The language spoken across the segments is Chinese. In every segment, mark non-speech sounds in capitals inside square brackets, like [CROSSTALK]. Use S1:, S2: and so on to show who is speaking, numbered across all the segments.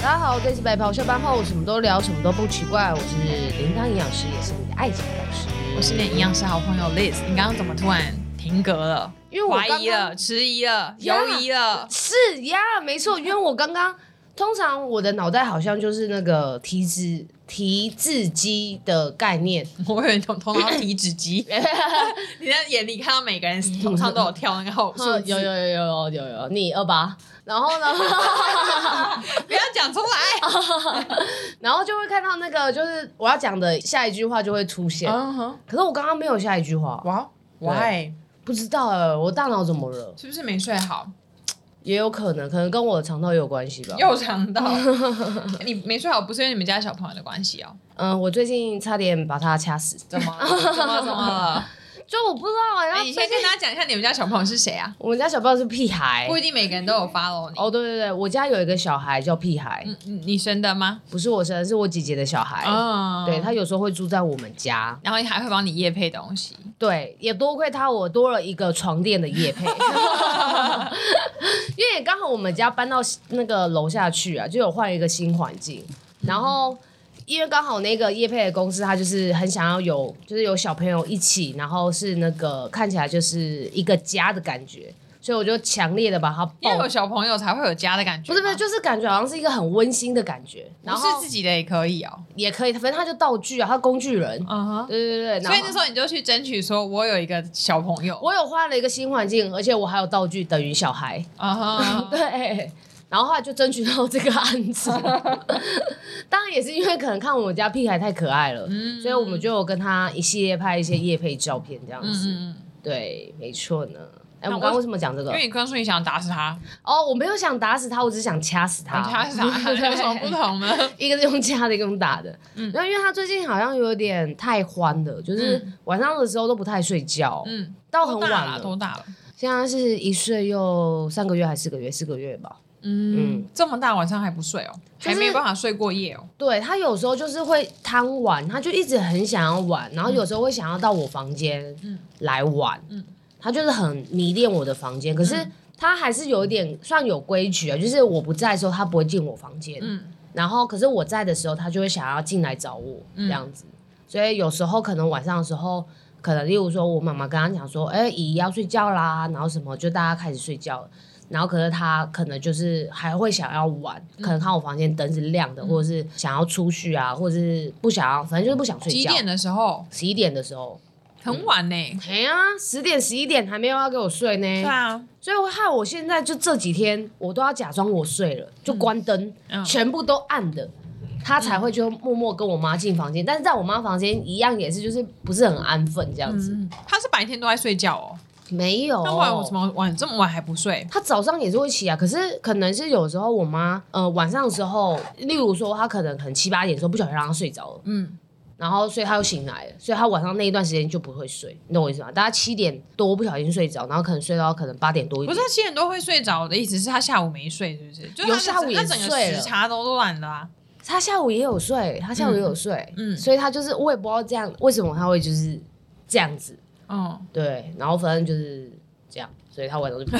S1: 大家好，这里是白袍下班后，什么都聊，什么都不奇怪。我是铃铛营养师，也是你的爱情导师。
S2: 我是你的营养师好朋友 Liz，你刚刚怎么突然停格了？
S1: 因为我
S2: 怀疑
S1: 刚刚
S2: 了、迟疑了、
S1: 呀
S2: 犹
S1: [LAUGHS]
S2: 疑了。
S1: 是呀，没错，因为我刚刚通常我的脑袋好像就是那个提子提字机的概念，
S2: 我有点头头脑体
S1: [LAUGHS]
S2: 脂机，你在眼里看到每个人头上都有跳那个后数
S1: 嗯
S2: 字
S1: 有有有有有有，你二八，然后呢， [LAUGHS]
S2: 不要讲出来。
S1: 然后就会看到那个就是我要讲的下一句话就会出现，
S2: 嗯哼，
S1: 可是我刚刚没有下一句话，
S2: 哇，Why？
S1: 不知道哎、我大脑怎么了？
S2: 是不是没睡好？
S1: 也有可能，可能跟我的肠道也有关系吧。
S2: 又肠
S1: [LAUGHS]
S2: 到你没睡好，不是因为你们家小朋友的关系哦？
S1: 嗯，我最近差点把它掐死， [LAUGHS]
S2: [LAUGHS] 怎么了怎么了怎么了？
S1: 就我不知道 [LAUGHS] 哎、然
S2: 哎，
S1: 后
S2: 你
S1: 最
S2: 先
S1: 近
S2: 跟大家讲一下你们家小朋友是谁啊？
S1: 我们家小朋友是屁孩。
S2: 不一定每个人都有 follow 你。
S1: 哎哦，对对对，我家有一个小孩叫屁孩，
S2: 嗯，嗯你生的吗？
S1: 不是我生，是我姐姐的小孩。
S2: 啊
S1: 哎对他有时候会住在我们家，
S2: 然后还会帮你夜配东西。
S1: 对，也多亏他，我多了一个床垫的叶配， [LAUGHS] 因为也刚好我们家搬到那个楼下去啊，就有换一个新环境，然后。因为刚好那个叶配的公司，他就是很想要有，就是有小朋友一起，然后是那个看起来就是一个家的感觉，所以我就强烈的把它
S2: 要有
S1: 抱，
S2: 小朋友才会有家的感觉
S1: 哦不是不
S2: 吗，
S1: 是，就是感觉好像是一个很温馨的感觉，然
S2: 不
S1: 后
S2: 是自己的也可以哦。
S1: 也可以，反正他就道具啊，他工具人，
S2: 嗯哼，
S1: 对对对，然
S2: 所以
S1: 后
S2: 那时候你就去争取说，我有一个小朋
S1: [LAUGHS]
S2: 友。
S1: 我有换了一个新环境，而且我还有道具等于小孩，
S2: 嗯哼，
S1: 对。然后后来就争取到这个案
S2: [LAUGHS]
S1: 子，当然也是因为可能看我们家屁孩太可爱了，
S2: 嗯
S1: 所以我们就有跟他一系列拍一些夜配照片这样子。
S2: 嗯嗯，
S1: 对，没错呢。哎，我
S2: 那
S1: 们
S2: 我
S1: 刚刚为什么讲这个
S2: 因？为你刚说你想打死他，
S1: 哦，我没有想打死他，我只是想掐死他。
S2: 你掐
S1: [LAUGHS]
S2: 死他，有什么不同嗯呢？
S1: 一个是用掐的，一个用打的。然后因为他最近好像有点太欢了，就是晚上的时候都不太睡觉，
S2: 嗯，
S1: 到很
S2: 多大
S1: 晚
S2: 了？
S1: 了。
S2: 多大了？
S1: 现在是一岁又三个月还是四个月？四个月吧。
S2: 嗯，这么大晚上还不睡哦，
S1: 就是
S2: 还没办法睡过夜哦。
S1: 对他有时候就是会贪玩，他就一直很想要玩，然后有时候会想要到我房间来玩，
S2: 嗯
S1: 他就是很迷恋我的房间，可是他还是有一点算有规矩啊，就是我不在的时候他不会进我房间，
S2: 嗯
S1: 然后可是我在的时候他就会想要进来找我、
S2: 嗯
S1: 这样子，所以有时候可能晚上的时候。可能例如说，我妈妈跟他讲说，哎、姨要睡觉啦，然后什么，就大家开始睡觉了。然后可是他可能就是还会想要玩，
S2: 嗯
S1: 可能看我房间灯是亮的，或者是想要出去啊，或者是不想要，反正就是不想睡
S2: 几
S1: 觉。
S2: 点的时候？
S1: 十一点的时候，
S2: 很晚呢。
S1: 哎呀，十点十一点还没有要给我睡
S2: 对
S1: 呢，
S2: 啊，
S1: 所以我害我现在就这几天我都要假装我睡了，就关灯，
S2: 嗯
S1: 全部都暗的。他才会就默默跟我妈进房间，但是在我妈房间一样也是，就是不是很安分这样子，
S2: 嗯，他是白天都在睡觉哦，
S1: 没有。
S2: 那晚怎么晚这么晚还不睡？
S1: 他早上也是会起啊，可是可能是有时候我妈，呃，晚上的时候，例如说她可能很七八点的时候不小心让她睡着了，
S2: 嗯，
S1: 然后所以她又醒来了，所以她晚上那一段时间就不会睡，你懂我意思吗？大家七点多不小心睡着，然后可能睡到可能八点多一
S2: 不
S1: 点，
S2: 是，七点多会睡着的意思是他下午没睡，是不是？就
S1: 有
S2: 是
S1: 下午也
S2: 他整个
S1: 睡了
S2: 时差都乱了啊。
S1: 她下午也有睡，她下午也有睡，嗯，
S2: 嗯
S1: 所以她就是我也不知道这样为什么她会就是这样子，
S2: 嗯，
S1: 对，然后反正就是这样，所以他晚上就
S2: [LAUGHS]
S1: 不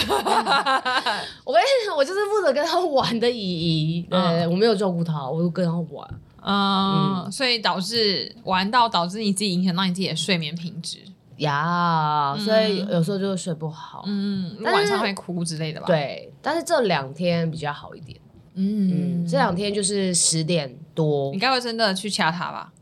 S1: 我跟你讲，我就是负责跟他玩的姨姨，对，
S2: 嗯
S1: 我没有照顾他，我就跟他玩。
S2: 嗯，所以导致玩到导致你自己影响到你自己的睡眠品质，
S1: 呀所以有时候就会睡不好。
S2: 嗯，
S1: 但是
S2: 晚上会哭之类的吧？，
S1: 对，但是这两天比较好一点。嗯，
S2: 嗯，
S1: 这两天就是十点多
S2: [LAUGHS] 你，该不会真的去掐他吧？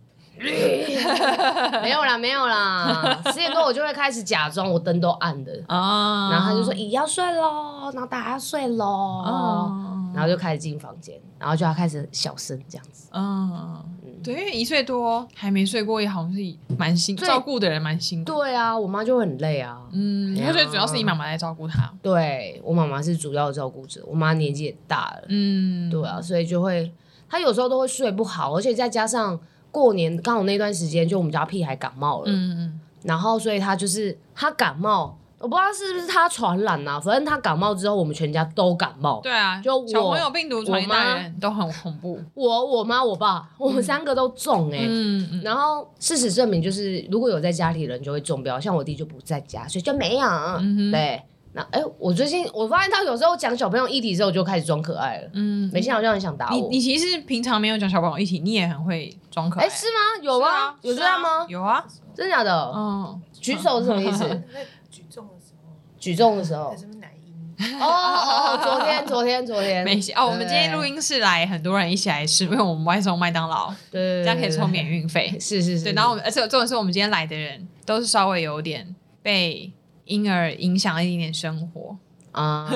S1: 没有啦，没有啦，十点多我就会开始假装我灯都暗的，
S2: 啊，
S1: 然后他就说：“姨要睡喽，然后大家要睡喽。
S2: 哦，
S1: 然后就开始进房间，然后就要开始小声这样子。
S2: 嗯，对，因为一岁多还没睡过夜，好像是蛮辛
S1: 对
S2: 照顾的人蛮辛苦。
S1: 对啊，我妈就会很累啊。
S2: 嗯，
S1: 对啊
S2: 所以主要是你妈妈在照顾他。
S1: 对我妈妈是主要照顾者，我妈年纪也大了，
S2: 嗯，
S1: 对啊，所以就会她有时候都会睡不好，而且再加上过年刚好那段时间，就我们家屁孩感冒了，
S2: 嗯，嗯
S1: 然后所以她就是她感冒，我不知道是不是她传染啊，反正她感冒之后，我们全家都感冒，
S2: 对啊，
S1: 就我
S2: 小朋友病毒传给
S1: 我妈
S2: 大人都很恐怖。
S1: 我、我妈、我爸，我们三个都中哎、
S2: 嗯嗯
S1: 然后事实证明，就是如果有在家里的人就会中标，像我弟就不在家，所以就没有。
S2: 嗯哼
S1: 对，那哎、我最近我发现他有时候讲小朋友议题之后就开始装可爱了，
S2: 嗯，
S1: 美心好像很想打
S2: 你
S1: 我。
S2: 你其实平常没有讲小朋友一起，你也很会装可
S1: 哎、
S2: 爱。啊
S1: 是吗？有
S2: 是
S1: 吗？
S2: 啊
S1: 有这
S2: 是啊
S1: 样吗？哦
S2: 有啊，
S1: 真假的？
S2: 嗯，
S1: 举手是
S3: [LAUGHS]
S1: 什么意思？
S3: 在举重的时候，
S1: 举重的时候
S3: 还。是奶音，
S1: 哦哦哦，昨天昨天昨天，
S2: 没事哦。我们今天录音是来很多人一起来吃，因为我们外送麦当劳，
S1: 对，对
S2: 这
S1: 对
S2: 样可以抽免。
S1: 对
S2: 运费
S1: 对。 [LAUGHS] 是是是。
S2: 对，然后我们而且重点是我们今天来的人都是稍微有点被婴儿影响了一点点生活， [LAUGHS]
S1: 啊，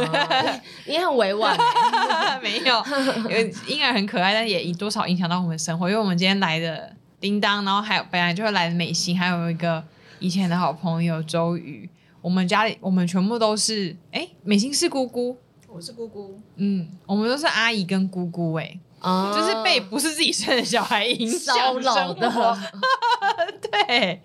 S1: 你很委婉欸，
S2: 没
S1: [LAUGHS]
S2: 有，有婴儿很可爱，但也多少影响到我们生活，因为我们今天来的叮当，然后还有本来就会来的美心，还有一个以前的好朋友周瑜，我们家里我们全部都是，哎，美心是姑姑，
S3: 我是姑姑，
S2: 嗯，我们都是阿姨跟姑姑、诶
S1: 啊，
S2: 就是被不是自己生的小孩影响
S1: 骚扰的
S2: 生活，欸对，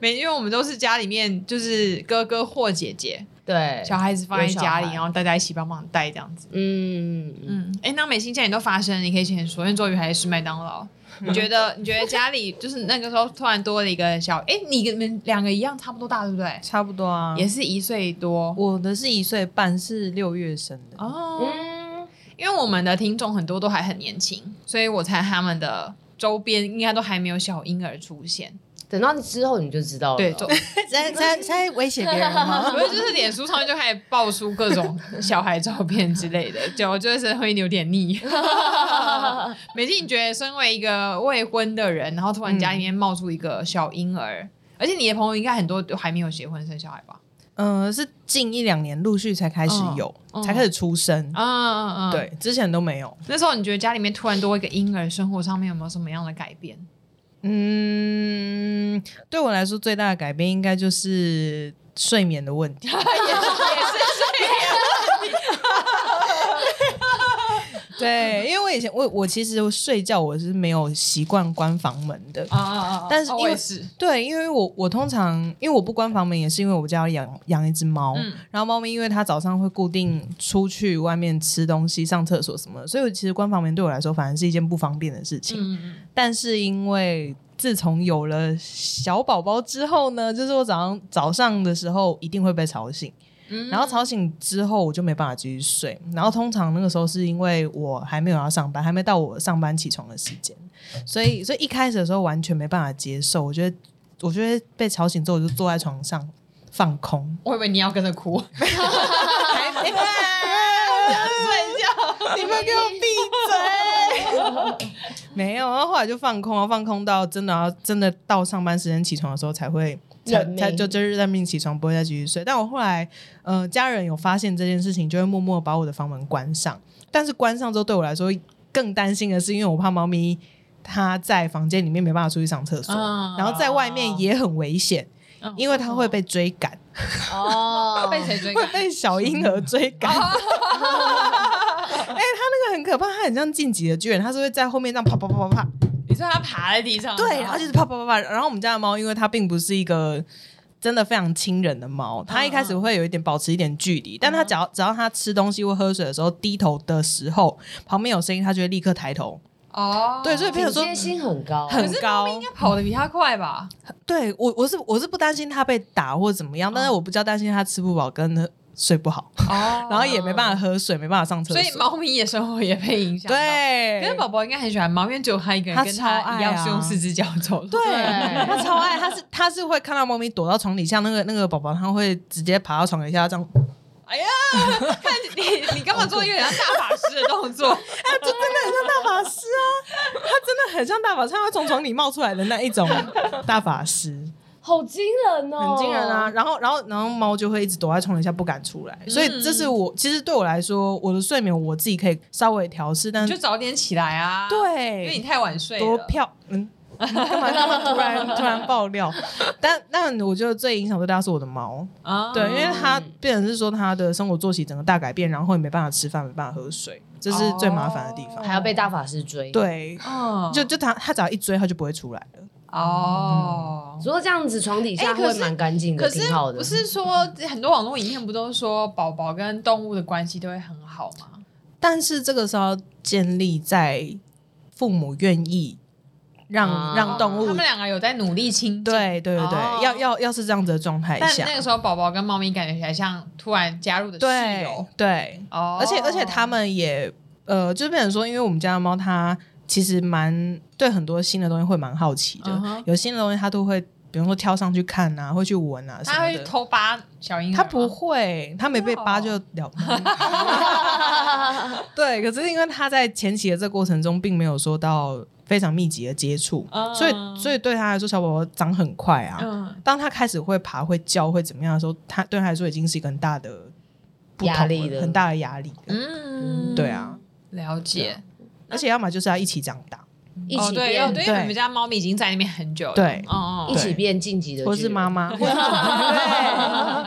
S2: 每因为我们都是家里面就是哥哥或姐姐，
S1: 对，
S2: 小孩子放在家
S1: 有小
S2: 里，
S1: 孩
S2: 然后大家一起帮忙带这样子。
S1: 嗯嗯
S2: 嗯，哎、那美心家里都发生，你可以先说，因为周瑜还是麦当劳。
S1: 嗯
S2: 你觉得？你觉得家里就是那个时候突然多了一个小，哎、你们两个一样差不多大，对不
S1: 嗯
S2: 对？
S4: 差不多啊。
S2: 也是一岁多
S4: 我的是一岁半，是六月生的。
S2: 哦。
S1: 嗯，
S2: 因为我们的听众很多都还很年轻，所以我猜他们的周边应该都还没有小婴儿出现。
S1: 等到之后你就知
S4: 哦
S1: 道了。
S2: 对，周
S4: 在在在威胁别人
S2: [LAUGHS]
S4: 吗
S2: 不？是，就是脸书上面就开始爆出各种小孩照片之类的，久了就是会有点
S4: [LAUGHS]
S2: 腻。美静，你觉得身为一个未婚的人，然后突然
S4: 嗯
S2: 家里面冒出一个小婴儿，而且你的朋友应该很多都还没有结婚生小孩吧？
S4: 嗯、是近一两年陆续才开始有，
S2: 嗯
S4: 才开始出生。
S2: 啊啊啊！
S4: 对，，之前都没有。
S2: 那时候你觉得家里面突然多一个婴儿，生活上面有没有什么样的改
S4: [LAUGHS]
S2: 变？
S4: 嗯，对我来说最大的改变应该就是睡眠
S2: [LAUGHS]
S4: 的问题。对，因为我以前我我其实睡觉我是没有习惯关房门的。
S2: 啊啊啊！
S4: 但是
S2: 哦
S4: 因为
S2: 我也是，
S4: 对，因为我我通常因为我不关房门，也是因为我家有养养一只猫，
S2: 嗯
S4: 然后猫咪因为它早上会固定出去外面吃东西、上厕所什么的，所以我其实关房门对我来说反而是一件不方便的事情。
S2: 嗯嗯
S4: 但是因为自从有了小宝宝之后呢，就是我早上早上的时候一定会被吵醒，
S2: 嗯，
S4: 然后吵醒之后我就没办法继续睡。然后通常那个时候是因为我还没有要上班，还没到我上班起床的时间，所以所以一开始的时候完全没办法接受。我觉得我觉得被吵醒之后，我就坐在床上放
S1: [LAUGHS]
S4: 空
S2: 我以为你要跟着哭，
S4: 还没你们给我闭嘴！没有，然后后来就放空，然后放空到真的要真的到上班时间起床的时候才会。才
S1: 认命
S4: 才就就是认命起床，不会再继续睡。但我后来，呃，家人有发现这件事情，就会默默把我的房门关上。但是关上之后，对我来说更担心的是，因为我怕猫咪它在房间里面没办法出去上厕所，
S1: 哦
S2: 嗯
S4: 然后在外面也很危险，
S2: 嗯
S4: 因为它会被追赶，
S1: 哦，
S2: 被谁追
S4: [LAUGHS] 会
S2: 赶？
S4: 被小婴儿追赶。 [LAUGHS] 哎、它那个很可怕，它很像晋级的巨人，它是会在后面这样啪啪啪啪啪，
S2: 你说他爬在地上，
S4: 对，然后就是啪啪啪啪。然后我们家的猫，因为它并不是一个真的非常亲人的猫，它一开始会有一点保持一点距离，但它只要只要它吃东西或喝水的时候，低头的时候，旁边有声音，它就会立刻抬头。
S2: 哦，
S4: 对，所以朋友说
S1: 警戒心很高，
S4: 很
S2: 可是猫
S4: 高
S2: 咪应该跑得比它快吧？
S4: 对我我是我是不担心它被打或怎么样，但是我比较担心它吃不饱跟睡不好，
S2: 哦
S4: 然后也没办法喝水，没办法上厕
S2: 所
S4: 所。
S2: 以猫咪的生活也被影响。，
S4: 对，
S2: 可是宝宝应该很喜欢猫，因为只有它一个人
S4: 它
S2: 跟
S4: 超
S2: 它
S4: 爱
S2: 一样
S4: 啊
S2: 是用四只脚走路。
S4: 对，
S1: 对
S4: 它超爱，它是它是会看到猫咪躲到床底下，那个那个宝宝它会直接爬到床底下这样
S2: 哎呀，看你你干嘛做一个很像大法师的动
S4: [LAUGHS]
S2: 作？
S4: 就哎真的很像大法师啊，他真的很像大法师，他会从床里冒出来的那一种大法师，
S1: 好惊人哦，
S4: 很惊人啊！！然后，然后，然后猫就会一直躲在床底下不敢出来，所以这是我其实对我来说，我的睡眠我自己可以稍微调试，但
S2: 你就早点起来啊！，因为你
S4: 对
S2: 太晚睡
S4: 多
S2: 了。
S4: 漂嗯。干嘛干嘛突然突然爆料？但但我觉得最影响最大是我的猫，
S2: 啊
S4: 对，因为它变成是说它的生活作息整个大改变，然后也没办法吃饭，没办法喝水，这是最麻烦的地
S2: 哦
S4: 方。
S1: 还要被大法师追，。
S4: 对，
S2: 嗯
S4: 就就他他只要一追，他就不会出来了。
S2: 哦。
S1: 如果这样子床底下
S2: 哎可
S1: 会
S2: 是
S1: 蛮干净的，
S2: 可是
S1: 挺好的。
S2: 不是说很多网络影片不都说宝宝跟动物的关系都会很好吗？
S4: 但是这个是要建立在父母愿意让、
S1: 哦
S4: 让动物
S2: 啊他们两个有在努力清洁。
S4: 对对对对，
S2: 哦
S4: 要要要是这样子的状态
S2: 但
S4: 下，
S2: 那个时候，宝宝跟猫咪感觉起来像突然加入的室
S4: 对
S2: 友，
S4: 对，
S2: 哦
S4: 而且而且他们也呃，就是变成说，因为我们家的猫它其实蛮对很多新的东西会蛮好奇的
S2: 嗯哼
S4: 有新的东西它都会，比如说挑上去看啊，会去闻啊什
S2: 哦他
S4: 么
S2: 会
S4: 的。
S2: 偷扒小婴儿吗，哦
S4: 它不会，它没被扒就了不起。 [LAUGHS] 对，可是因为它在前期的这个过程中，并没有说到非常密集的接触
S2: 嗯
S4: 所以所以对它来说，小宝宝长很快啊。
S2: 嗯，
S4: 当它开始会爬、会叫、会怎么样的时候，它对它来说已经是一个很大的不同
S1: 压力了
S4: 很大的压力了。
S2: 嗯
S4: 对啊，
S2: 了解。
S4: 而且要么就是要一起长大，
S1: 一
S2: 哦，
S1: 起
S2: 对，
S1: 变
S2: 哦对，因为你们家猫咪已经在那边很久了。
S4: 对
S2: 哦
S1: 一
S2: 哦，
S1: 起变晋级的，
S4: 或是妈
S1: 妈，
S4: 妈，对，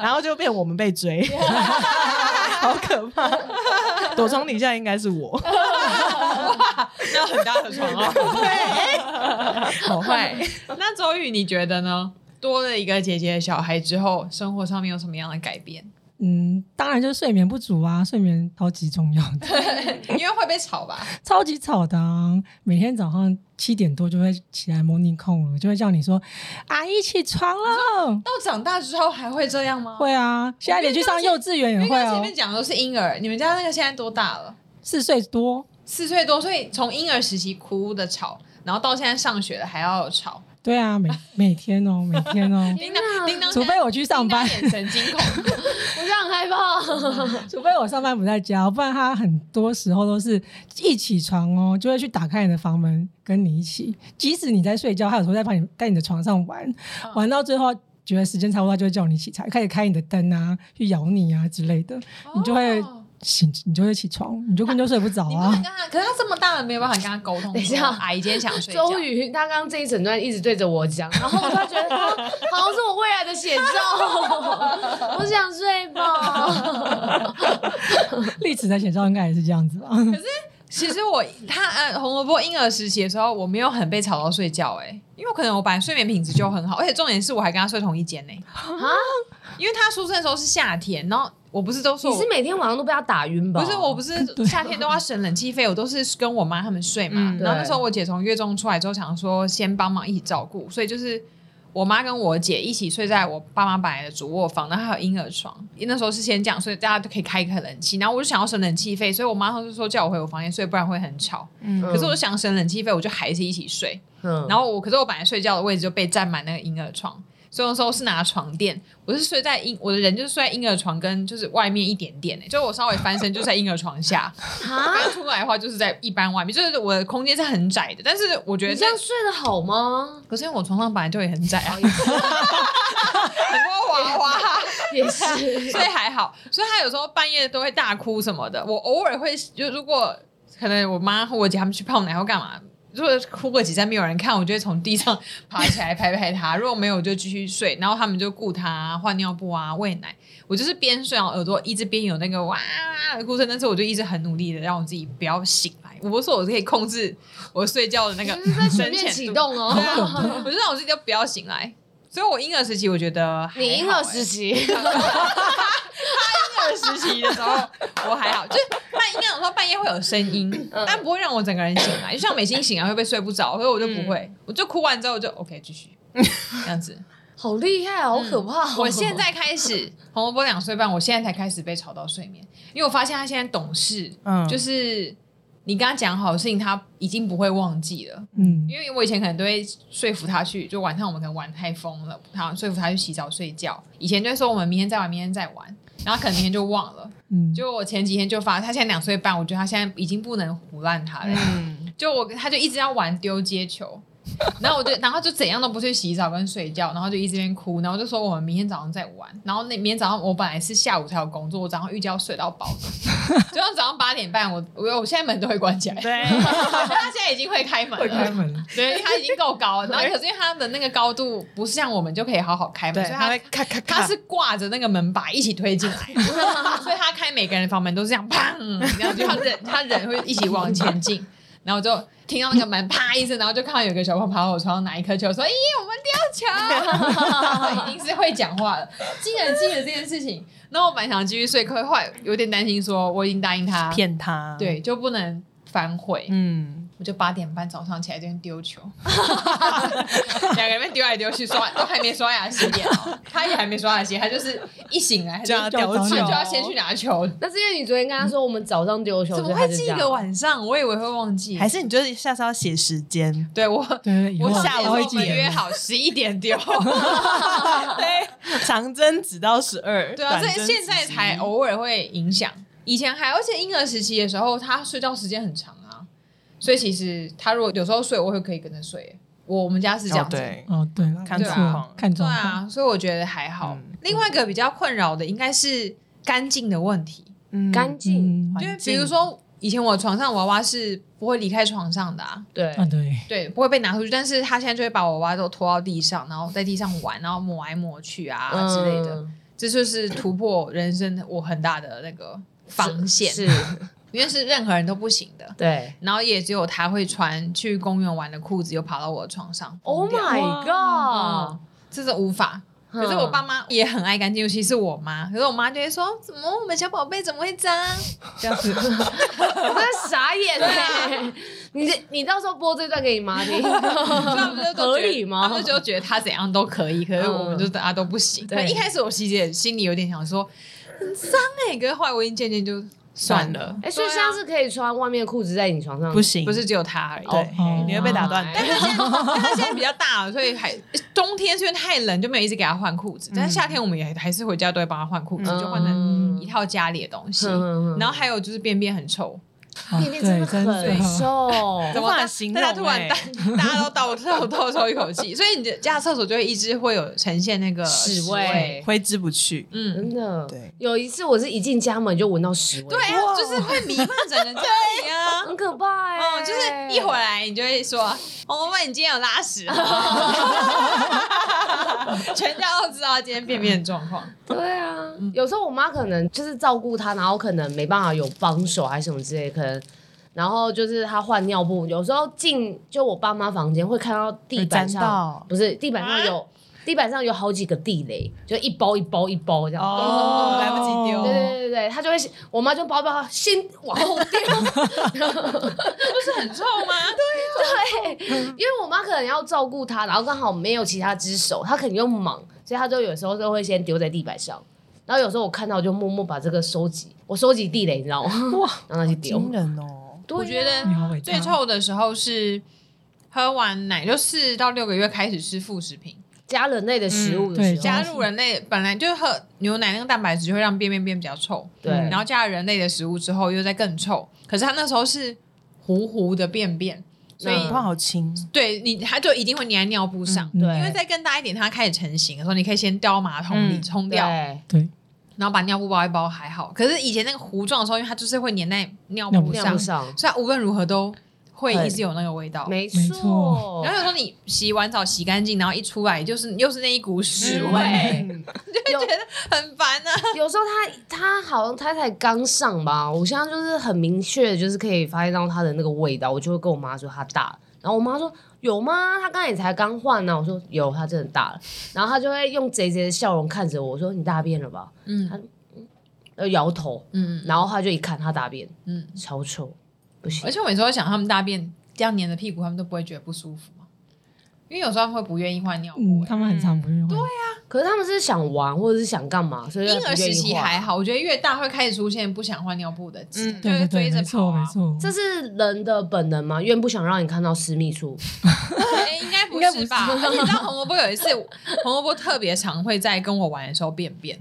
S4: 然后就变我们被追，好可怕！躲床底下应该是
S2: [LAUGHS]
S4: 我，
S2: 那很大的床
S4: [LAUGHS]
S2: 哦。
S4: 好坏。
S2: 那周宇，你觉得呢？多了一个姐姐的小孩之后，生活上面有什么样的改变？
S5: 嗯，当然就是睡眠不足啊，睡眠超级重要的， [LAUGHS]
S2: 因为会被吵吧？
S5: 超级吵的啊、每天早上七点多就会起来 morning call 了，就会叫你说阿姨起床了。
S2: 到长大之后还会这样吗？。
S5: 会啊，现在连去上幼稚园
S2: 因为
S5: 也会
S2: 刚刚前
S5: 哦，
S2: 面讲的都是婴儿，你们家那个现在多大了？
S5: 四岁多。
S2: 四岁多，所以从婴儿时期哭呜的吵，然后到现在上学了还要吵。
S5: 对啊，每每
S2: [LAUGHS]
S5: 天哦，每天哦，
S2: 叮当，叮当现在，
S5: 除非我去上班
S2: 叮当眼神惊恐。
S1: 我这样害 [LAUGHS] 怕。
S5: [LAUGHS] 除非我上班不在家，不然他很多时候都是一起床哦，就会去打开你的房门跟你一起。即使你在睡觉，他有时候在把你在你的床上玩，
S2: 嗯
S5: 玩到最后觉得时间差不多，他就会叫你起床，开始开你的灯啊，去咬你啊之类的，你就会
S2: 哦
S5: 醒，你就会起床，你就根本就睡不着
S2: [LAUGHS] 你不能
S5: 啊
S2: 跟。他，可是他这么大了，没有办法跟他沟通。
S1: 等一下
S2: 说阿姨今天想睡觉。
S1: 周宇他刚刚这一整段一直对着我讲，然后我突然觉得他好像是我未来的写照，我想睡吧。
S5: 历史的写照应该也是这样
S2: [LAUGHS]
S5: 子吧？
S2: 其实我他呃红萝卜婴儿时期的时候，我没有很被吵到睡觉哎、欸因为可能我本来睡眠品质就很好，而且重点是我还跟他睡同一间呢、欸
S1: 啊，
S2: 因为他出生的时候是夏天，然后我不是都说
S1: 你
S2: 我
S1: 是每天晚上都被他打晕吧？
S2: 不是我不
S1: [LAUGHS]
S2: 是夏天都要省冷气费，我都是跟我妈他们睡嘛。
S4: 嗯
S2: 然后那
S1: 对
S2: 时候我姐从月中出来之后，想说先帮忙一起照顾，所以就是我妈跟我姐一起睡在我爸妈本来的主卧房，然后还有婴儿床。那时候是先这样，所以大家都可以开一个冷气。然后我就想要省冷气费，所以我妈她就说叫我回我房间睡，不然会很吵。
S1: 嗯，
S2: 可是我想省冷气费，我就还是一起睡。
S1: 嗯，
S2: 然后我，可是我本来睡觉的位置就被占满那个婴儿床，所以那时候是拿床垫，我是睡在婴，我的人就是睡在婴儿床跟就是外面一点点、欸，就我稍微翻身就在婴儿
S1: [LAUGHS]
S2: 床下，
S1: 啊，
S2: 翻出来的话就是在一般外面，就是我的空间是很窄的，但是我觉
S1: 你
S2: 得
S1: 这样哦睡得好吗？
S2: 可是因为我床上本来就也很窄啊，很 [LAUGHS] 多娃娃，
S1: 也 [LAUGHS]
S2: [LAUGHS]
S1: 是，
S2: 所以还好，所以他有时候半夜都会大哭什么的，我偶尔会就如果可能我妈或我姐他们去泡奶或干嘛。如果哭个几站没有人看，我就会从地上爬起来拍拍他；如果没有，我就继续睡。然后他们就顾他啊、换尿布啊、喂奶。我就是边睡，啊然后耳朵一直边有那个哇的哭声，但是我就一直很努力的让我自己不要醒来。我不是说我可以控制我睡觉的那个
S1: [LAUGHS] 在
S2: 深
S1: 全
S2: 浅
S1: 面
S2: 度
S1: 启动哦
S2: 对。啊，我就让我自己都 [LAUGHS] 不要醒来。所以我婴儿时期，我觉得还
S1: 你婴
S2: 好
S1: 儿
S2: 欸
S1: 时期，
S2: 二实习的时候，我还好，就是半应该有时候半夜会有声音，但不会让我整个人醒来，就像美心醒来会不会睡不着，所以我就不会，我就哭完之后我就 OK 继续这样子。
S1: [LAUGHS] 好厉害，好可怕哦！
S2: 嗯我现在开始，红萝卜两岁半，我现在才开始被吵到睡眠，因为我发现他现在懂事，
S4: 嗯，
S2: 就
S4: 就是
S2: 是你跟他讲好的事情，他已经不会忘记了。
S5: 嗯，
S2: 因为我以前可能都会说服他去，就晚上我们可能玩太疯了，然后说服他去洗澡睡觉。以前就会说我们明天再玩，明天再玩，然后可能明天就忘了。
S5: 嗯
S2: 就我前几天就发，他现在两岁半，我觉得他现在已经不能胡乱他了。
S5: 嗯
S2: 就我他就一直要玩丢接球， [LAUGHS] 然后我就然后就怎样都不去洗澡跟睡觉，然后就一直在那边哭，然后就说我们明天早上再玩。然后那明天早上我本来是下午才有工作，我早上预计要睡到饱的，
S5: [LAUGHS]
S2: 就像早上八点半，我我我现在门都会关起来，
S4: 对，
S2: 他现在已经会开门
S5: 啊会开
S2: 了。
S5: 门了，
S2: 对，它已经够高了，然后可是因为它的那个高度不是像我们就可以好好开门，
S4: 对，
S2: 所以
S4: 他
S2: 它
S4: 会咔咔咔，
S2: 它是挂着那个门把一起推进来，所以它开每个人房门都是这样砰，然后就它人它人会一起往前进，然后我就听到那个门啪一声，然后就看到有一个小朋友爬到我床上拿一颗球，说：“咦，我们掉球！”一定是会讲话的，竟然记得这件事情。然后我本来想继续睡，可是后来有点担心，说我已经答应他，
S4: 骗他，，
S2: 对，就不能反悔。
S4: 嗯，
S2: 我就八点半早上起来就丢球，两个人丢来丢去，刷都还没刷牙洗脸哦，他也还没刷牙洗，他就是一醒来他
S4: 就要
S2: 就
S4: 丢
S2: 他
S4: 球
S2: 就要先去拿球，
S1: 那是因为你昨天跟他说我们早上丢球，
S2: 怎么
S1: 所以
S2: 会
S1: 他就
S2: 记
S1: 这
S2: 一
S1: 样
S2: 个？晚上？我以为会忘记，
S4: 还是你就是下次要写时
S2: [LAUGHS]
S4: 间，
S2: 对我
S5: 对，以
S2: 我
S5: 后
S2: 下午
S5: 他会
S2: 我
S5: 记
S2: 们
S5: 得
S2: 约好十一点丢，
S4: 长针只到十二，
S2: 对啊，所
S4: 短
S2: 以
S4: 针
S2: 现在才
S4: 11
S2: 偶尔会影响，以前还，而且婴儿时期的时候，他睡觉时间很长啊，所以其实他如果有时候睡，我会可以跟着睡。我我们家是这样
S4: 哦
S2: 子，
S4: 对，
S5: 哦，对了，
S4: 看
S5: 没错
S2: 状
S4: 况
S5: 看
S2: 对
S5: 状况。
S2: 啊，所以我觉得还好。
S4: 嗯
S2: 另外一个比较困扰的应该是干净的问题，
S4: 嗯
S1: 干净，
S5: 嗯，
S2: 因为比如说以前我床上娃娃是不会离开床上的、啊，
S1: 对，
S5: 啊，对，
S2: 对，不会被拿出去，但是他现在就会把娃娃都拖到地上，然后在地上玩，然后抹来抹去啊
S1: 嗯
S2: 之类的，这就是突破人生我很大的那个防线，
S1: 是，
S2: 因为是任何人都不行的。 [LAUGHS]
S1: 对。
S2: 然后也只有他会穿去公园玩的裤子，又爬到我的床上。
S1: Oh
S2: 疯掉
S1: my
S2: 嗯
S1: god！
S2: 这是无法，
S1: 嗯
S2: 可是我爸妈嗯也很爱干净，尤其是我妈。可是我妈就会说：“怎么我们小宝贝怎么会脏
S5: 这样子
S2: 嗯
S1: 我真的傻眼
S2: 啊
S1: 了。你这你到时候播这段给你妈
S2: [LAUGHS]
S1: 听，？”
S2: 所以他们就都
S1: 合
S2: 觉得
S1: 理吗
S2: 他们就觉得他怎样都可以，可是我们就大家都不行。
S1: 对
S2: 但一开始我其实也心里有点想说很脏哎，可是后来我已经渐渐就算了。
S1: 哎，所以
S2: 对啊
S1: 现在是可以穿外面的裤子在你床上，
S4: 不行，
S2: 不是只有哎他而已？
S4: 对
S5: 哦，
S4: 你会被打断
S1: 哦。
S2: 但他现在，但 [LAUGHS] 他现在比较大了，所以还冬天是因为太冷，就没有一直给他换裤子。但是夏天我们也还是回家都会帮他换裤子，
S4: 嗯
S2: 就换成一套家里的东西。
S1: 嗯嗯嗯
S2: 然后还有就是便便很臭，
S4: 哦
S5: 啊
S1: 里面真的
S5: 对真的
S1: 很
S4: [LAUGHS]
S1: 瘦，
S4: 怎么
S2: 大
S4: 办形容
S2: 啊大家突然大大 [LAUGHS] 家都倒倒倒抽一口气，所以你的家的厕所就会一直会有呈现那个
S1: 屎味
S4: 挥之不去。
S2: 嗯，
S1: 真的。
S4: 对
S1: 有一次我是一进家门就闻到屎味，
S2: 对啊，就是会弥漫整个家里啊。
S1: 很可怕哎、
S2: 哦，就是一回来你就会说，哦，妈妈，你今天有拉屎哦， [LAUGHS] 全家都知道今天便便的状况。
S1: 对啊，有时候我妈可能就是照顾她，然后可能没办法有帮手还是什么之类，可能。然后就是她换尿布，有时候进就我爸妈房间会看到地板
S4: 会沾
S1: 上
S4: 到，
S1: 不是地板上有、地板上有好几个地雷，就一包一包一包这样。
S4: 哦来不及
S1: 对对
S4: 丢，
S1: 对对对，她就会我妈就包包先往后丢，
S2: 很臭 [LAUGHS] 吗？
S1: [LAUGHS] 因为我妈可能要照顾她，然后刚好没有其他只手，她肯定又忙，所以她就有时候都会先丢在地板上。然后有时候我看到我就默默把这个收集，我收集地雷，你知道吗？ [LAUGHS] 哇，然后拿去丢。
S4: 惊人哦！
S1: 对啊
S2: 我觉得
S5: 你好伟大
S2: 最臭的时候是喝完奶，就四到六个月开始吃副食品，
S1: 加人类的食物的
S5: 嗯对
S1: 时候，
S2: 加入人类本来就喝牛奶那个蛋白质就会让便便变比较臭，
S1: 对
S2: 然后加了人类的食物之后又再更臭。可是它那时候是糊糊的便便，所以
S1: 嗯
S4: 不好亲，
S2: 对你它就一定会粘在尿布上。
S5: [LAUGHS] 嗯
S1: 对
S2: 因为再更大一点，它开始成型的时候，你可以先掉到马桶里
S4: 嗯
S2: 冲掉，
S1: 对
S5: 对，
S2: 然后把尿布包一包还好。可是以前那个糊状的时候，因为它就是会粘在尿布
S1: 量
S2: 上，
S1: 不上，
S2: 所以它无论如何都会一直有那个味道。
S1: 没
S5: 没
S1: 错
S5: 错。
S2: 然后有时候你洗完澡洗干净，然后一出来就是又是那一股屎味，
S1: 有
S2: 很烦啊。
S1: [LAUGHS] 有时候他他好像他才刚上吧，我现在就是很明确的，就是可以发现到他的那个味道，我就会跟我妈说他大了，然后我妈说有吗？他刚才也才刚换呢，我说有，他真的大了，然后他就会用贼贼的笑容看着我，我说你大便了吧？
S2: 嗯
S1: 呃，摇头，
S2: 嗯
S1: 然后他就一看他大便，
S2: 嗯，
S1: 超臭，不行
S2: 而，且我有时候想他们大便这样粘着屁股，他们都不会觉得不舒服吗？因为有时候他们会不愿意换尿布、
S5: 嗯，
S2: 欸
S5: 他们很常不用。对
S1: 可是他们是想玩或者是想干嘛，所以
S2: 婴儿时期还
S1: 好。
S2: 好，我觉得越大会开始出现不想换尿布的迹，
S4: 嗯
S2: 就
S5: 啊对
S2: 会
S5: 对
S2: 追
S5: 对，
S2: 着
S5: 没
S2: 跑
S5: 错
S2: 啊
S5: 没。错。
S1: 这是人的本能吗？因为不想让你看到私密处，
S2: [LAUGHS] 哎应该不是吧？而且你知道红萝卜有一次，红萝卜特别常会在跟我玩的时候便便，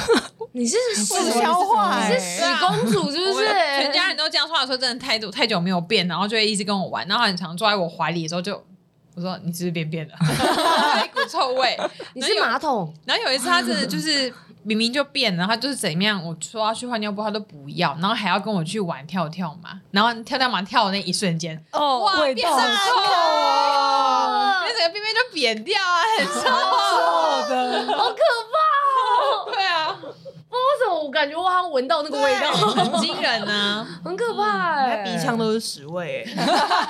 S1: [LAUGHS] 你是
S4: 是消化
S1: 你
S4: 欸
S1: 是史公主是
S2: 啊我
S1: 不是
S2: 们？全家人都这样说的时候，真的态度太久没有变，然后就会一直跟我玩，然后很常坐在我怀里的时候就。我说你是不是便便了， [LAUGHS] 一股臭味。
S1: 你是马桶，
S2: 然后有一次他真的就是明明就变了，然后他就是怎么样，我说要去换尿布，他都不要，然后还要跟我去玩跳跳马，然后跳跳马跳的那一瞬间，
S4: 哦
S2: 哇，
S5: 味
S2: 变
S5: 道
S2: 得很
S5: 好
S2: 臭哦，
S1: 哦
S2: 那整个便便就扁掉啊，很臭。
S5: 错的，
S1: 好可怕哦！
S2: 对啊，
S1: 为什么我感觉我好像闻到那个味道，
S2: 很惊人啊！
S1: 很可怕哎！
S4: [LAUGHS] 嗯鼻腔都是屎味欸，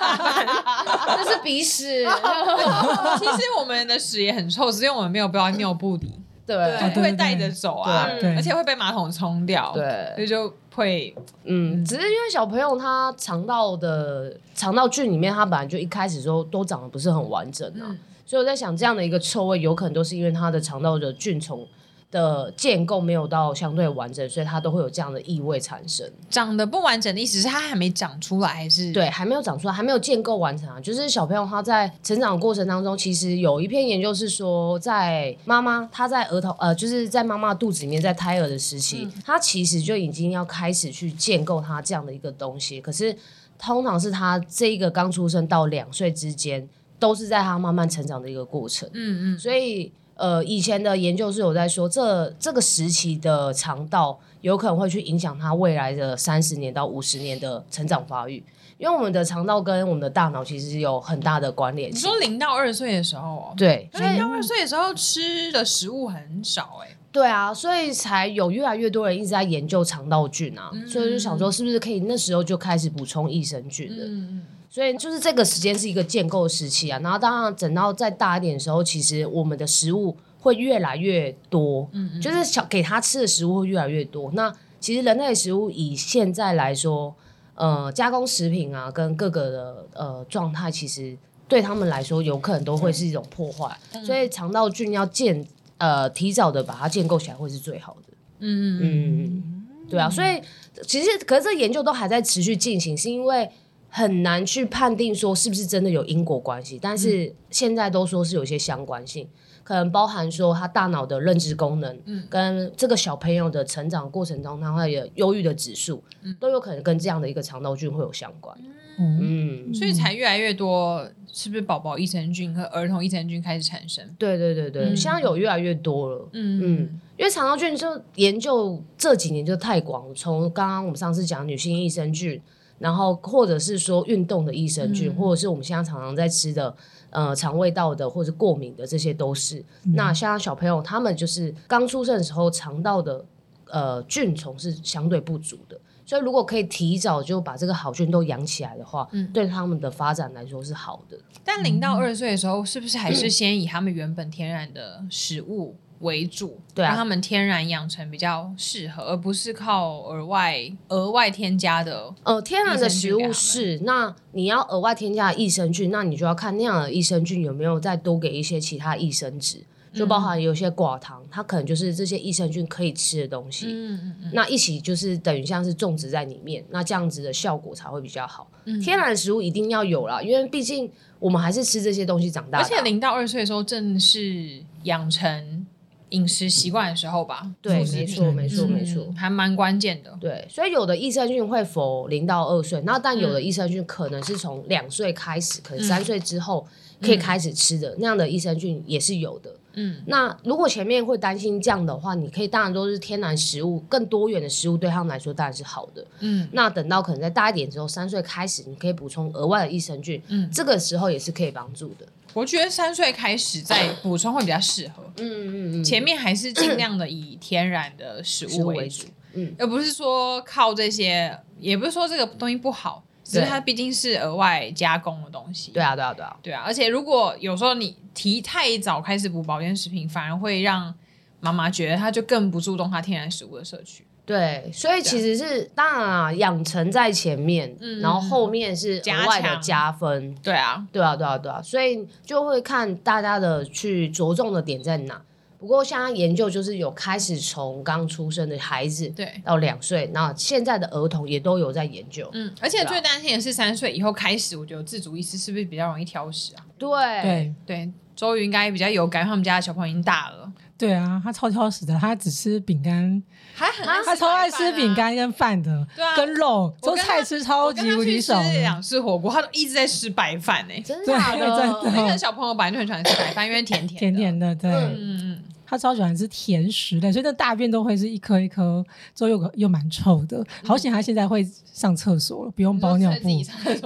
S1: 啊那是鼻屎，
S2: [LAUGHS] 其实我们的屎也很臭，只是因为我们没有包尿布里，
S1: [LAUGHS] 对
S2: 就
S5: 对
S2: 会带着走啊，
S5: 对
S2: 而且会被马桶冲掉，
S1: 对
S2: 所以就会
S1: 嗯，只是因为小朋友他肠道的肠道菌里面，他本来就一开始时候都长得不是很完整啊，所以我在想，这样的一个臭味有可能都是因为他的肠道的菌虫的建构没有到相对完整，所以它都会有这样的异味产生。
S2: 长得不完整的意思是它还没长出来，还是
S1: 对，还没有长出来，还没有建构完成啊。就是小朋友他在成长的过程当中，其实有一篇研究是说，在妈妈她在儿童呃，就是在妈妈肚子里面，在胎儿的时期，她其实就已经要开始去建构她这样的一个东西。可是通常是她这一个刚出生到两岁之间，都是在她慢慢成长的一个过程。
S2: 嗯嗯，
S1: 所以呃，以前的研究是有在说，这这个时期的肠道有可能会去影响它未来的三十年到五十年的成长发育，因为我们的肠道跟我们的大脑其实有很大的关联
S2: 你
S1: 性。
S2: 说零到二岁的时候、哦，
S1: 对，所
S2: 零
S1: 以
S2: 到二岁的时候吃的食物很少哎、
S1: 对啊，所以才有越来越多人一直在研究肠道菌啊，
S2: 嗯
S1: 所以就想说是不是可以那时候就开始补充益生菌了。
S2: 嗯嗯，
S1: 所以就是这个时间是一个建构时期啊，然后当然等到再大一点的时候，其实我们的食物会越来越多，就是小给他吃的食物会越来越多。那其实人类的食物以现在来说，呃，加工食品啊，跟各个的呃状态，其实对他们来说有可能都会是一种破坏，所以肠道菌要建呃提早的把它建构起来会是最好的。
S2: 嗯嗯
S1: 嗯，对啊，所以其实可是这研究都还在持续进行，是因为很难去判定说是不是真的有因果关系，但
S2: 嗯
S1: 是现在都说是有一些相关性，可能包含说他大脑的认知功能，
S2: 嗯
S1: 跟这个小朋友的成长过程中他会有忧郁的指数，
S2: 嗯
S1: 都有可能跟这样的一个肠道菌会有相关。
S5: 嗯，
S1: 嗯
S2: 嗯，，所以才越来越多，是不是宝宝益生菌和儿童益生菌开始产生？
S1: 对对对对，
S2: 嗯
S1: 现在有越来越多了。
S2: 嗯
S1: 嗯，因为肠道菌就研究这几年就太广了，从刚刚我们上次讲女性益生菌，然后或者是说运动的益生菌，或者是我们现在常常在吃的呃肠胃道的或者过敏的，这些都是。那像小朋友他们就是刚出生的时候肠道的呃菌虫是相对不足的。所以，如果可以提早就把这个好菌都养起来的话，对他们的发展来说是好的。
S2: 但零到二岁的时候，是不是还
S1: 嗯
S2: 是先以他们原本天然的食物为主，
S1: 对啊
S2: 让他们天然养成比较适合，而不是靠额外额外添加的？
S1: 呃，天然的食物是，那你要额外添加益生菌，那你就要看那样的益生菌有没有再多给一些其他益生质，就
S2: 嗯
S1: 包含有些寡糖，它可能就是这些益生菌可以吃的东西，
S2: 嗯嗯嗯，
S1: 那一起就是等于像是种植在里面，那这样子的效果才会比较好。
S2: 嗯
S1: 天然的食物一定要有啦，因为毕竟我们还是吃这些东西长大的
S2: 而
S1: 啊，
S2: 且零到二岁的时候，正是养成饮食习惯的时候吧？
S1: 对，
S2: 副食
S1: 没
S2: 品
S1: 错，没错，没错。
S2: 嗯还蛮关键的。
S1: 对，所以有的益生菌会否零到二岁，那但有
S2: 嗯
S1: 的益生菌可能是从两岁开始，可能三岁之后可以开始吃的、那样的益生菌也是有的。
S2: 嗯，
S1: 那如果前面会担心这样的话，你可以当然都是天然食物，更多元的食物对他们来说当然是好的。
S2: 嗯，
S1: 那等到可能再大一点之后，三岁开始，你可以补充额外的益生菌，
S2: 嗯
S1: 这个时候也是可以帮助的。
S2: 我觉得三岁开始再补充会比较适合。
S1: 嗯嗯嗯，
S2: 前面还是尽量的以天然的食
S1: 食
S2: 物
S1: 物
S2: 为
S1: 为
S2: 主
S1: 主，，嗯，
S2: 而不是说靠这些，也不是说这个东西不好，只是
S1: 对
S2: 它毕竟是额外加工的东西。
S1: 对啊对啊对啊，
S2: 对啊，而且如果有时候你提太早开始补保健食品，反而会让妈妈觉得她就更不注重她天然食物的摄取，
S1: 对，所以其实是当然啊，养成在前面，
S2: 嗯
S1: 然后后面是额外的
S2: 加强
S1: 加分，
S2: 对啊，
S1: 对啊，对啊，对啊，所以就会看大家的去着重的点在哪。不过现在研究就是有开始从刚出生的孩子
S2: 对。
S1: 到两岁，那现在的儿童也都有在研究，
S2: 嗯，而且
S1: 对啊
S2: 最担心的是三岁以后开始，我觉得自主意识是不是比较容易挑食啊？
S1: 对
S5: 对
S2: 对，周瑜应该比较有感，因为他们家的小朋友已经大了，
S5: 对啊，他超挑食的，他只吃饼干，
S2: 还很爱吃
S5: 他超爱
S2: 白
S5: 吃
S2: 饭啊
S5: 饼干跟饭的，
S2: 对啊
S5: 跟肉，
S2: 我
S5: 就
S2: 跟他
S5: 菜吃超
S2: 我跟
S5: 级
S2: 他
S5: 无敌
S2: 去吃
S5: 少的。
S2: 两次火锅，他都一直在吃白饭呢、欸
S1: 真的
S5: 对
S1: 假
S5: 真
S1: 的
S5: 的
S2: 那个小朋友本来就很喜欢吃白饭，因为甜嗯甜的。
S5: 甜甜的，对、
S1: 嗯
S2: 嗯，
S5: 他超喜欢吃甜食的，所以那大便都会是一颗一颗，之后又又蛮臭的。
S2: 嗯
S5: 好险他现在会上厕所了，不用包尿布。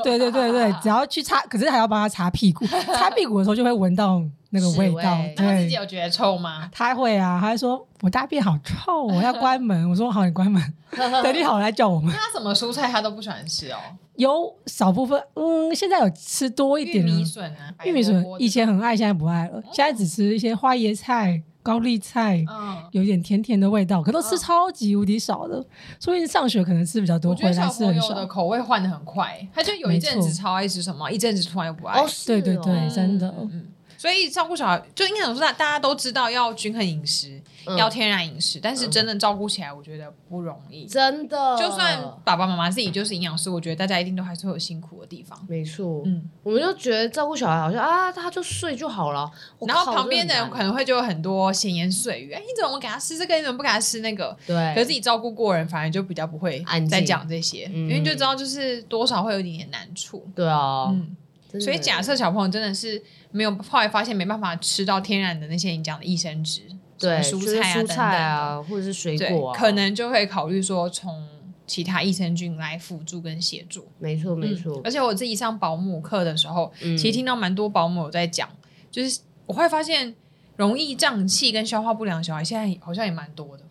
S5: 对对对对，只要去擦，可是还要帮他擦
S2: [LAUGHS]
S5: 屁股，擦屁股的时候就会闻到那个
S1: 屎
S5: 味道
S1: 味。
S2: 那他自己
S5: 对，
S2: 有觉得臭吗？
S5: 他会啊，他会说我大便好臭，我要关门。我说好，你
S2: [LAUGHS]
S5: 关门，等你好了来叫我们。
S2: 那他什么蔬菜他都不喜欢吃哦，
S5: 有少部分，嗯，现在有吃多一
S2: 玉
S5: 点了
S2: 米笋啊，
S5: 玉米笋
S2: 白萝卜
S5: 以前很爱，现在不爱了，现在只吃一些花椰菜、高丽菜，
S2: 嗯，
S5: 有一点甜甜的味道，可都吃超级无敌少的。所以上学可能吃比较多，
S2: 我觉
S5: 回
S2: 得
S5: 来
S2: 小
S5: 吃
S2: 朋
S5: 很
S2: 友的
S5: 少。
S2: 口味换的很快，他就有一阵子
S5: 没错
S2: 超爱吃什么，一阵子突然又不爱
S1: 哦，
S2: 吃。
S1: 是
S5: 对对
S1: 哦
S5: 对，真的。
S2: 嗯所以照顾小孩，就应该怎么说？大家都知道要均衡饮食，
S1: 嗯
S2: 要天然饮食，但是真的照顾起来，我觉得不容易。
S1: 真的，
S2: 就算爸爸妈妈自己就是营养师，我觉得大家一定都还是会有辛苦的地方。
S1: 没错，
S2: 嗯，
S1: 我们就觉得照顾小孩好像啊，他就睡就好了。我
S2: 然后
S1: 靠
S2: 旁边的人
S1: 这
S2: 可
S1: 很难
S2: 能会就有很多闲言碎语，哎，你怎么给他吃这个？你怎么不给他吃那个？
S1: 对，
S2: 可是自己照顾过人，反而就比较不会
S1: 安静
S2: 再讲这些，
S1: 嗯
S2: 因为就知道就是多少会有一点点难处。
S1: 对啊，
S2: 嗯，
S1: 真的
S2: 所以假设小朋友真的是没有，后来发现没办法吃到天然的那些你讲的益生质，
S1: 对
S2: 什么
S1: 就是
S2: 蔬菜啊
S1: 蔬
S2: 等等
S1: 菜
S2: 的，
S1: 啊，或者是水
S2: 对
S1: 果，啊，
S2: 可能就会考虑说从其他益生菌来辅助跟协助。
S1: 没错没
S2: 嗯
S1: 错
S2: 而，且我自己上保姆课的时候，
S1: 嗯
S2: 其实听到蛮多保姆有在讲，就是我会发现容易胀气跟消化不良的小孩，现在好像也蛮多的，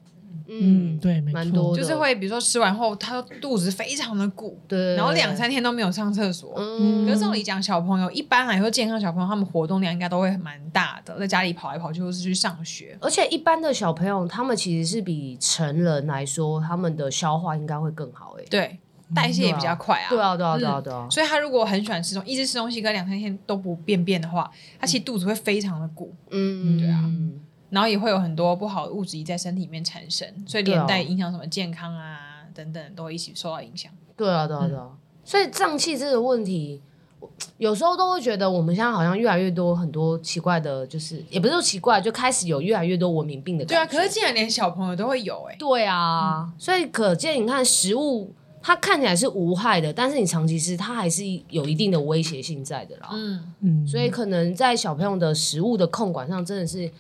S5: 嗯，
S1: 嗯，
S5: 对，没
S1: 蛮
S5: 错
S1: 多的
S2: 就是会比如说吃完后，他肚子非常的鼓，
S1: 对，
S2: 然后两三天都没有上厕所。
S1: 嗯，
S2: 可
S5: 可
S2: 是照理讲，小朋友一般来说，健康小朋友他们活动量应该都会蛮大的，在家里跑来跑去或是去上学。
S1: 而且一般的小朋友，他们其实是比成人来说，他们的消化应该会更好诶。
S2: 对，代谢也比较快啊。
S1: 嗯对啊，对啊，对啊，
S2: 嗯
S1: 对啊，
S2: 所以他如果很喜欢吃东西，一直吃东西，跟两三天都不便便的话，他其实肚子会非常的鼓，
S1: 嗯，
S2: 对啊
S1: 嗯
S2: 然后也会有很多不好的物质在身体里面产生，所以
S1: 对啊
S2: 连带影响什么健康啊等等，都会一起受到影响。
S1: 对啊，对啊，对啊。
S5: 嗯
S1: 所以胀气这个问题，我有时候都会觉得我们现在好像越来越多很多奇怪的，就是也不是说奇怪，就开始有越来越多文明病的
S2: 对啊，
S1: 感觉。
S2: 可是竟然连小朋友都会有哎、
S1: 对啊，所以可见你看食物。它看起来是无害的，但是你长期吃，它还是有一定的威胁性在的啦。
S2: 嗯，
S5: 嗯，
S1: 所以可能在小朋友的食物的控管上，真的是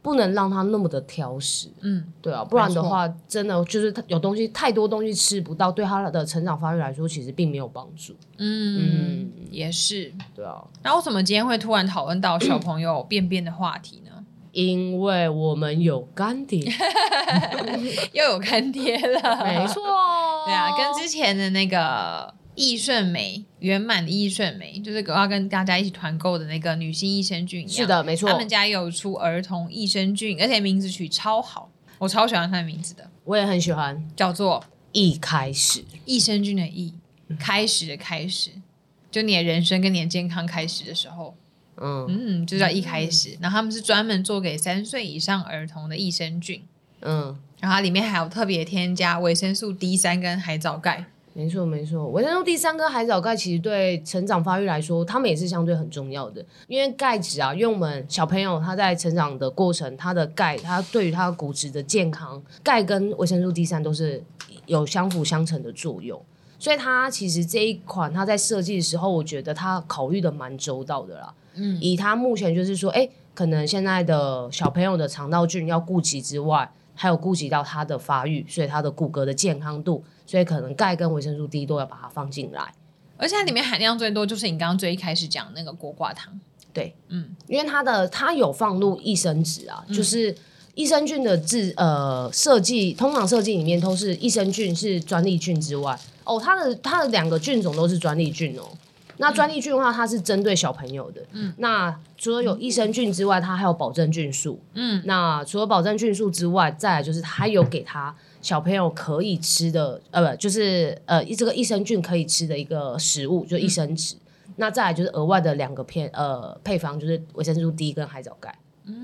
S1: 不能让他那么的挑食。
S2: 嗯，
S1: 对啊，不然的
S2: 没错
S1: 话，真的就是他有东西太多东西吃不到，对他的成长发育来说，其实并没有帮助。
S2: 嗯
S1: 嗯，
S2: 也是。
S1: 对啊，
S2: 那为什么今天会突然讨论到小朋友便便的话题呢？ [LAUGHS]
S1: 因为我们有干爹，
S2: 又有干爹了，
S1: 没错哦，
S2: 对啊，跟之前的那个益顺美圆满的益顺美，就是我要跟大家一起团购的那个女性益生菌一样，
S1: 是，的，没错
S2: 他，们家有出儿童益生菌，而且名字取超好，我超喜欢它的名字的，
S1: 我也很喜欢。
S2: 叫做
S1: 一开始，
S2: 益生菌的益，开始的开始，就你的人生跟你的健康开始的时候，
S1: 嗯
S2: 嗯，就叫一开始。然后他们是专门做给三岁以上儿童的益生菌，
S1: 嗯，
S2: 然后它里面还有特别添加维生素 D 三跟海藻钙。
S1: 没错没错。维生素第三跟海藻钙其实对成长发育来说，它们也是相对很重要的，因为钙质啊，因为我们小朋友他在成长的过程，他的钙，他对于他的骨质的健康，钙跟维生素 D 三都是有相辅相成的作用。所以它其实这一款它在设计的时候，我觉得它考虑的蛮周到的啦。
S2: 嗯
S1: 以他目前就是说，哎、可能现在的小朋友的肠道菌要顾及之外，还有顾及到他的发育，所以他的骨骼的健康度，所以可能钙跟维生素 D 都要把它放进来，
S2: 而且它里面含量最多就是你刚刚最一开始讲那个锅挂汤。
S1: 对，
S2: 嗯，
S1: 因为它的它有放入益生值啊，就是。益生菌的制呃设计，通常设计里面都是益生菌是专利菌之外，哦，它的它的两个菌种都是专利菌哦。那专利菌的话，它是针对小朋友的。嗯，那除了有益生菌之外，它还有保证菌素。
S2: 嗯，
S1: 那除了保证菌素之外，再来就是它有给他小朋友可以吃的，呃，不，就是呃这个益生菌可以吃的一个食物，就益生值。那再来就是额外的两个片呃配方，就是维生素 D 跟海藻钙。嗯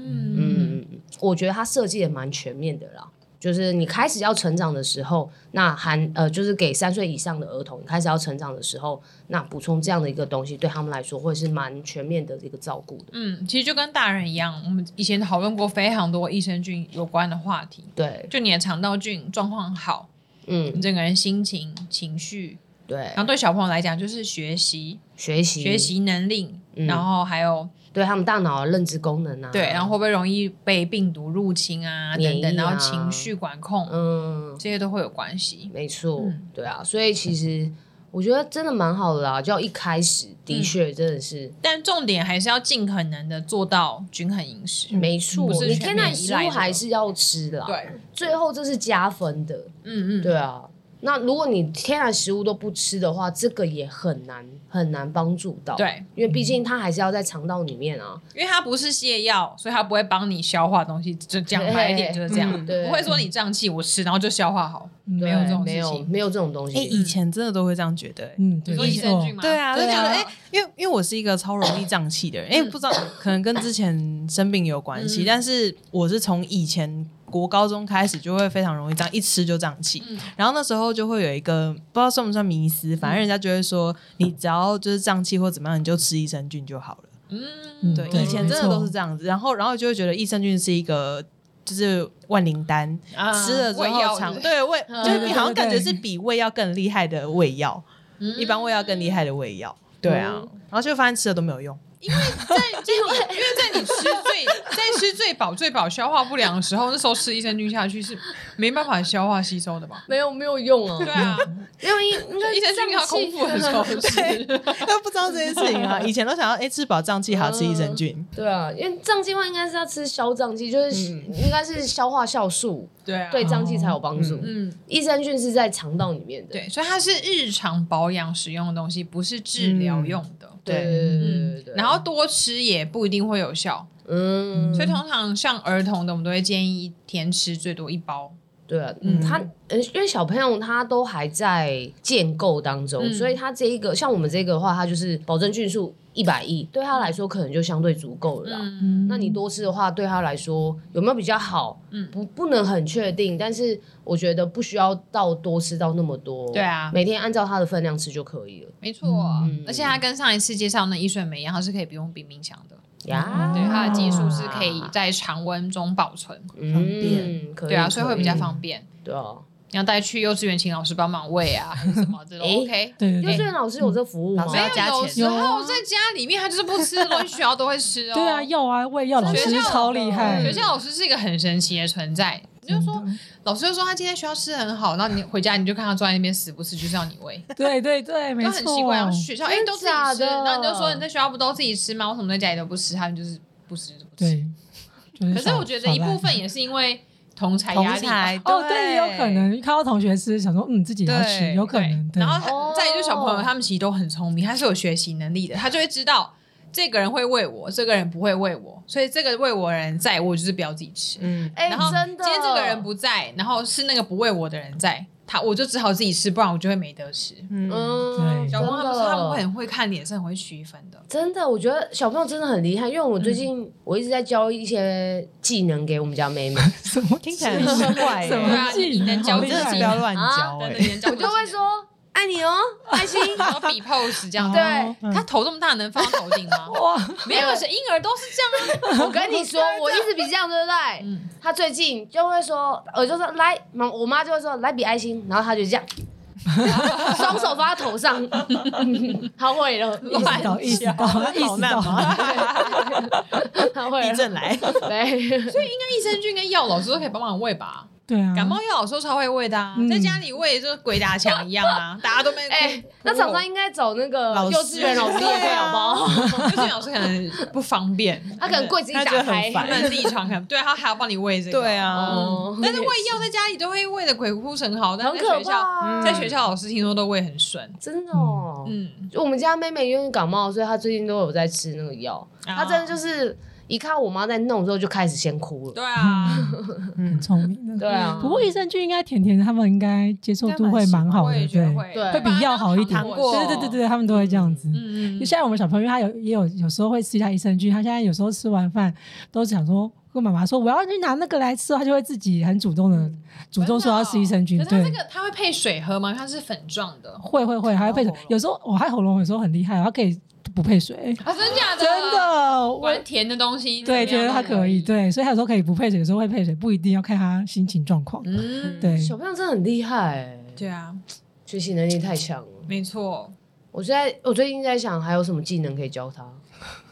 S1: 嗯嗯，我觉得它设计也蛮全面的啦。就是你开始要成长的时候，那含呃，就是给三岁以上的儿童你开始要成长的时候，那补充这样的一个东西，对他们来说会是蛮全面的一个照顾的。
S2: 嗯，其实就跟大人一样，我们以前讨论过非常多益生菌有关的话题。
S1: 对，
S2: 就你的肠道菌状况好，
S1: 嗯
S2: 你，整个人心情、情绪，
S1: 对
S2: 然，后对小朋友来讲就是学习、
S1: 学习
S2: 嗯学习能力，
S1: 嗯
S2: 然后还有
S1: 对他们大脑的认知功能啊，
S2: 对，然后会不会容易被病毒入侵啊
S1: 免疫
S2: 等
S1: 啊
S2: 等，然后情绪管控、
S1: 嗯，
S2: 这些都会有关系。
S1: 没错，
S2: 嗯
S1: 对啊，所以其实我觉得真的蛮好的啦，就一开始的确真的是、
S2: 但重点还是要尽可能的做到均衡饮食。
S1: 没错
S2: 不，是
S1: 你
S2: 全
S1: 天
S2: 面
S1: 然
S2: 依
S1: 食
S2: 赖
S1: 物
S2: 这个
S1: 还是要吃啦，
S2: 对，
S1: 最后这是加分的，
S2: 嗯嗯，
S1: 对啊，那如果你天然食物都不吃的话，这个也很难很难帮助到。，
S2: 对，
S1: 因为毕竟它还是要在肠道里面啊。
S2: 因为它不是泻药，所以它不会帮你消化东西。就讲白一点就是这样，
S4: 嗯
S1: 对
S2: 不会说你胀气我吃然后就消化好，没
S1: 对
S2: 有这种
S1: 没
S2: 事
S1: 有
S2: 情。
S1: 没有这种东
S4: 哎、
S1: 西。
S4: 以前真的都会这样觉得、欸
S5: 嗯，
S2: 你
S5: 对，
S2: 说
S5: 没
S2: 益生
S5: 错
S2: 菌吗？
S4: 对啊，就
S1: 对
S4: 觉
S1: 啊
S4: 得哎、因为因为我是一个超容易胀气的人，哎、不知道可能跟之前生病有关系，
S2: 嗯
S4: 但是我是从以前国高中开始就会非常容易胀，一吃就胀气。
S2: 嗯
S4: 然后那时候就会有一个不知道算不算迷思，反正人家就会说，你只要就是胀气或怎么样，你就吃益生菌就好了。
S2: 嗯
S5: 嗯
S4: 对，
S5: 对
S4: 以前
S5: 没
S4: 真的都
S5: 错
S4: 是这样子，然后然后就会觉得益生菌是一个就是万灵丹，
S2: 啊
S4: 吃了之
S2: 胃药是
S4: 后
S2: 不
S4: 肠
S2: 是
S4: 对胃
S1: 嗯
S4: 就是
S2: [LAUGHS]
S5: 对
S4: 比
S5: 对
S4: 好像感觉
S5: 对
S4: 是比胃药更厉害的胃药，
S2: 嗯
S4: 一般胃药更厉害的胃药。对啊，然后就发现吃了都没有用。
S2: 因为在你吃最在吃最饱最饱消化不良的时候，那时候吃益生菌下去是没办法消化吸收的嘛。
S1: 没有没有用
S2: 对
S1: 啊，
S2: 啊，
S1: 因为应该
S2: 益生菌要空腹的时候吃。
S4: 都不知道这件事情啊，以前都想要哎、吃饱胀气好吃益生菌，
S1: 对啊，因为胀气的话应该是要吃消胀气，就是应该是消化酵素
S2: 对啊，
S1: 对胀气才有帮助。
S2: 嗯，
S1: 益生菌是在肠道里面的，
S2: 对，所以它是日常保养使用的东西，不是治疗用的。
S1: 对
S4: 对
S1: 对对
S2: 嗯
S1: 对对。
S2: 然后多吃也不一定会有效，
S1: 嗯，
S2: 所以通常像儿童的，我们都会建议一天吃最多一包。
S1: 对啊，
S2: 嗯
S1: 他呃，因为小朋友他都还在建构当中，
S2: 嗯
S1: 所以他这一个像我们这个的话，他就是保证菌数一百亿，对他来说可能就相对足够了啦。
S2: 嗯，
S5: 嗯
S1: 那你多吃的话，对他来说有没有比较好？
S2: 嗯
S1: 不不能很确定，但是我觉得不需要到多吃到那么多。
S2: 对啊
S1: 每天按照他的分量吃就可以了。
S2: 没错。而且它跟上一次介绍那益顺美一样，它是可以不用冰冰箱的，
S1: 呀，
S2: 嗯对，它的技术是可以在常温中保存。
S4: 方便
S1: 嗯，可以
S2: 对啊，所以会比较
S1: 可
S2: 方便。
S1: 对啊。
S2: 你要带去幼稚园请老师帮忙喂啊，还是什么 [LAUGHS] 这种
S1: 诶
S2: OK。
S5: 对对
S1: 幼稚
S5: 对
S1: 园老师有这服务吗
S4: 老？
S2: 嗯
S4: 师
S2: 没
S4: 要
S2: 有，
S4: 加
S2: 有
S4: 钱
S2: 时候在家里面他就是不吃的东西，学校都会 [LAUGHS] 吃哦。
S5: 对啊，药啊，喂药老
S2: 学
S5: 师
S2: 校
S5: 超厉害，
S2: 学校老师是一个很神奇的存在，你就说老师就说他今天学校吃得很好，然后你回家你就看他坐在那边死不吃，就是要你喂，
S5: 对对对，没
S2: 就
S5: 错，
S2: 很奇怪。然后学校哎
S1: 真的
S2: 都自己吃，
S1: 假的
S2: 然后你就说你在学校不都自己吃吗？为什么在家里都不吃？他们就是不吃就不吃。
S5: 对，就是
S2: 可是
S5: 耍
S2: 我觉得一部。
S5: 耍赖
S2: 分也是因为同才
S4: 同
S2: 压力吧。
S4: 才
S5: 哦，对，也有可能看到同学吃，想说嗯自己也要吃，
S2: 对，
S5: 有可能。
S2: 对
S5: 对
S2: 然后
S1: 哦
S2: 再就是小朋友，他们其实都很聪明，他是有学习能力的，他就会知道这个人会喂我，这个人不会喂我，所以这个喂我的人在，我就是不要自己吃。
S4: 嗯，
S1: 哎，
S2: 然后
S1: 真的，
S2: 今天这个人不在，然后是那个不喂我的人在，他我就只好自己吃，不然我就会没得吃。
S1: 嗯，
S5: 对
S2: 小朋友他们
S1: 真的
S2: 他们会很会看脸色，很会区分的。
S1: 真的，我觉得小朋友真的很厉害，因为我
S4: 嗯
S1: 最近、我一直在教一些技能给我们家
S4: [LAUGHS]
S1: 妹妹，
S5: 什么
S4: 听起来很奇怪、
S5: 什
S4: 欸，
S2: 对啊
S5: 么技
S2: 你能
S5: 能
S2: 教
S5: 好
S4: 我
S5: 厉
S4: 真的是
S5: 害
S4: 不要乱教、
S2: 真的，
S4: [LAUGHS] 欸，
S2: 连讲
S1: 我就会说爱你哦，开
S4: [LAUGHS]
S1: 心。
S2: 然后比 pose 这样。
S1: 对
S5: 哦
S2: 他头这么大，能放到头顶
S1: [LAUGHS]
S2: 吗？
S5: 哇，
S2: [LAUGHS] 没有，是婴儿都是这样啊。
S1: 我跟你说，我一直比这样，对不对？
S2: 嗯，
S1: 她最近就会说，我就说来，妈，我妈就会说来比爱心，然后她就
S4: [LAUGHS]
S1: 这样，双手放在头上，她会了，
S5: 意识到意识到意
S4: 好
S5: 识
S2: [LAUGHS]
S4: 难
S5: 到，
S4: 吗？
S1: 她会
S4: 地
S1: 了，
S4: 震来，
S1: 对，
S2: 所以应该益生菌跟药老师都可以帮忙喂吧？
S5: 对
S2: [LAUGHS]
S5: 啊，
S2: 感冒药老师都超会喂的啊，
S5: 嗯
S2: 在家里喂就是鬼打墙一样啊，大家都没。
S1: [LAUGHS] 哎、那厂商应该找那个
S4: 老师啊
S1: 幼稚园老师也可以，好不好？
S2: 幼稚园老师可能不
S1: [LAUGHS]
S2: 方便，
S1: 他可能柜子一
S4: 他
S1: 打
S4: 觉得很
S1: 开，
S2: 他
S4: 烦
S2: 们自己床可能对啊他还要帮你喂这个。
S4: 对啊，
S1: 哦，
S2: 但是喂药在家里都会喂的鬼哭神嚎，但
S1: 很
S2: 是在
S1: 可
S2: 学校，
S1: 怕、啊
S4: 嗯
S2: 在学校老师听说都喂很顺。
S1: 真的哦。
S2: 嗯，
S1: 就我们家妹妹因为感冒，所以她最近都有在吃那个药。她真的就是是一看我妈在弄之后，就开始先哭了。
S2: 啊对啊，嗯
S5: [LAUGHS]
S4: 嗯
S5: 很，聪明的。
S1: 对啊，
S5: 不过益生菌应该甜甜，他们应该接受度会蛮好
S2: 我也
S5: 的，
S2: 觉得
S5: 对，
S2: 会
S1: 对
S5: 会比药好一点。
S4: 糖果
S5: 对对对对，他们都会这样子。
S2: 嗯
S5: 就像我们小朋友，他有也有有时候会吃一下益生菌，他现在有时候吃完饭都想说跟妈妈说我要去拿那个来吃，他就会自己很主动的主动说要吃益生菌
S2: 哦可，是它这
S5: 对。
S2: 个它会配水喝吗？因为它是粉状的，
S5: 会会会，还会配
S2: 喉咙。
S5: 水有时候我还喉咙有时候很厉害，它可以不配水，
S2: 啊，真假的？
S5: 真，的。我
S2: 玩甜的东西，
S5: 对，
S2: 怎
S5: 觉
S2: 么
S5: 得
S2: 样
S5: 它
S2: 都
S5: 可以，。对，所以他有时候可以不配水，有时候会配水，不一定要看他心情状况。
S2: 嗯，
S5: 对，
S1: 小朋友真的很厉害，欸
S2: 对啊，
S1: 学习能力太强了。
S2: 没错。
S1: 我现在我最近在想，还有什么技能可以教她？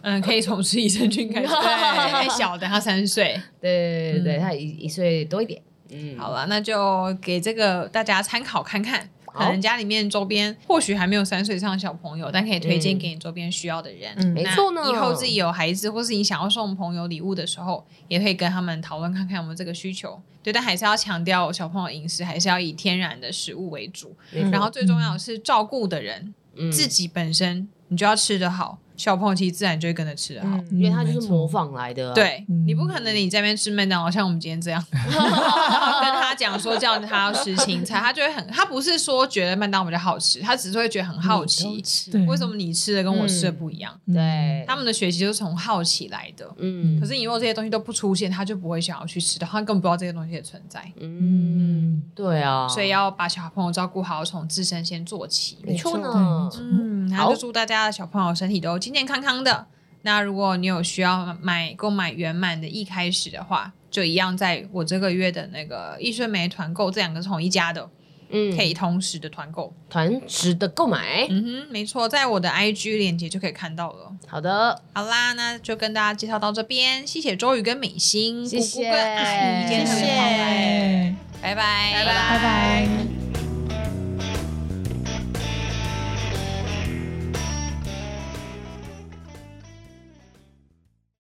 S2: 嗯，可以从吃益生菌开 [LAUGHS] 始，对，小的他三岁，
S1: 对对对，她一一岁多一点。嗯，
S2: 好了，那就给这个大家参考看看。可能家里面周边或许还没有三岁以上的小朋友，但可以推荐给你周边需要的人。
S4: 嗯
S1: 没
S2: 那
S1: 错呢
S2: 以后自己有孩子，或是你想要送朋友礼物的时候，也可以跟他们讨论看看有没有这个需求。对，但还是要强调小朋友饮食还是要以天然的食物为主，
S1: 没错
S2: 然后最重要的是照顾的人、
S1: 嗯
S2: 自己本身，你就要吃得好，小朋友其实自然就会跟着吃得好。
S1: 因为他就
S5: 嗯没
S1: 是
S5: 错
S1: 模仿来的、啊，
S2: 对、
S5: 嗯
S2: 你不可能你在那边吃麦当劳，像我们今天这 [LAUGHS] 样，然后跟他讲说叫他要吃青菜，他就会很，他不是说觉得麦当劳比较好吃，他只是会觉得很嗯好奇，
S5: 对，
S2: 为什么你吃的跟我吃的不一样？
S5: 嗯
S1: 对，
S2: 他们的学习就是从好奇来的。
S1: 嗯
S2: 可是你如果这些东西都不出现，他就不会想要去吃的，他根本不知道这些东西的存在。
S1: 嗯，对啊，
S2: 所以要把小朋友照顾好，从自身先做起。
S1: 没错
S5: 对
S1: 呢
S5: 没，错
S2: 嗯，然
S1: 好
S2: 后就祝大家的小朋友身体都健健康康的。那如果你有需要买购买圆满的一开始的话，就一样在我这个月的那个易顺美团购，这两个是同一家的，
S1: 嗯，
S2: 可以同时的团购。
S1: 团值的购买，
S2: 嗯哼，没错，在我的 IG 链接就可以看到了。
S1: 好的，
S2: 好啦，那就跟大家介绍到这边，谢谢周宇跟美心，
S1: 谢
S2: 姑姑跟阿姨，
S1: 嗯谢
S2: 今天特别跑来
S1: 谢
S2: 拜拜，拜
S5: 拜拜。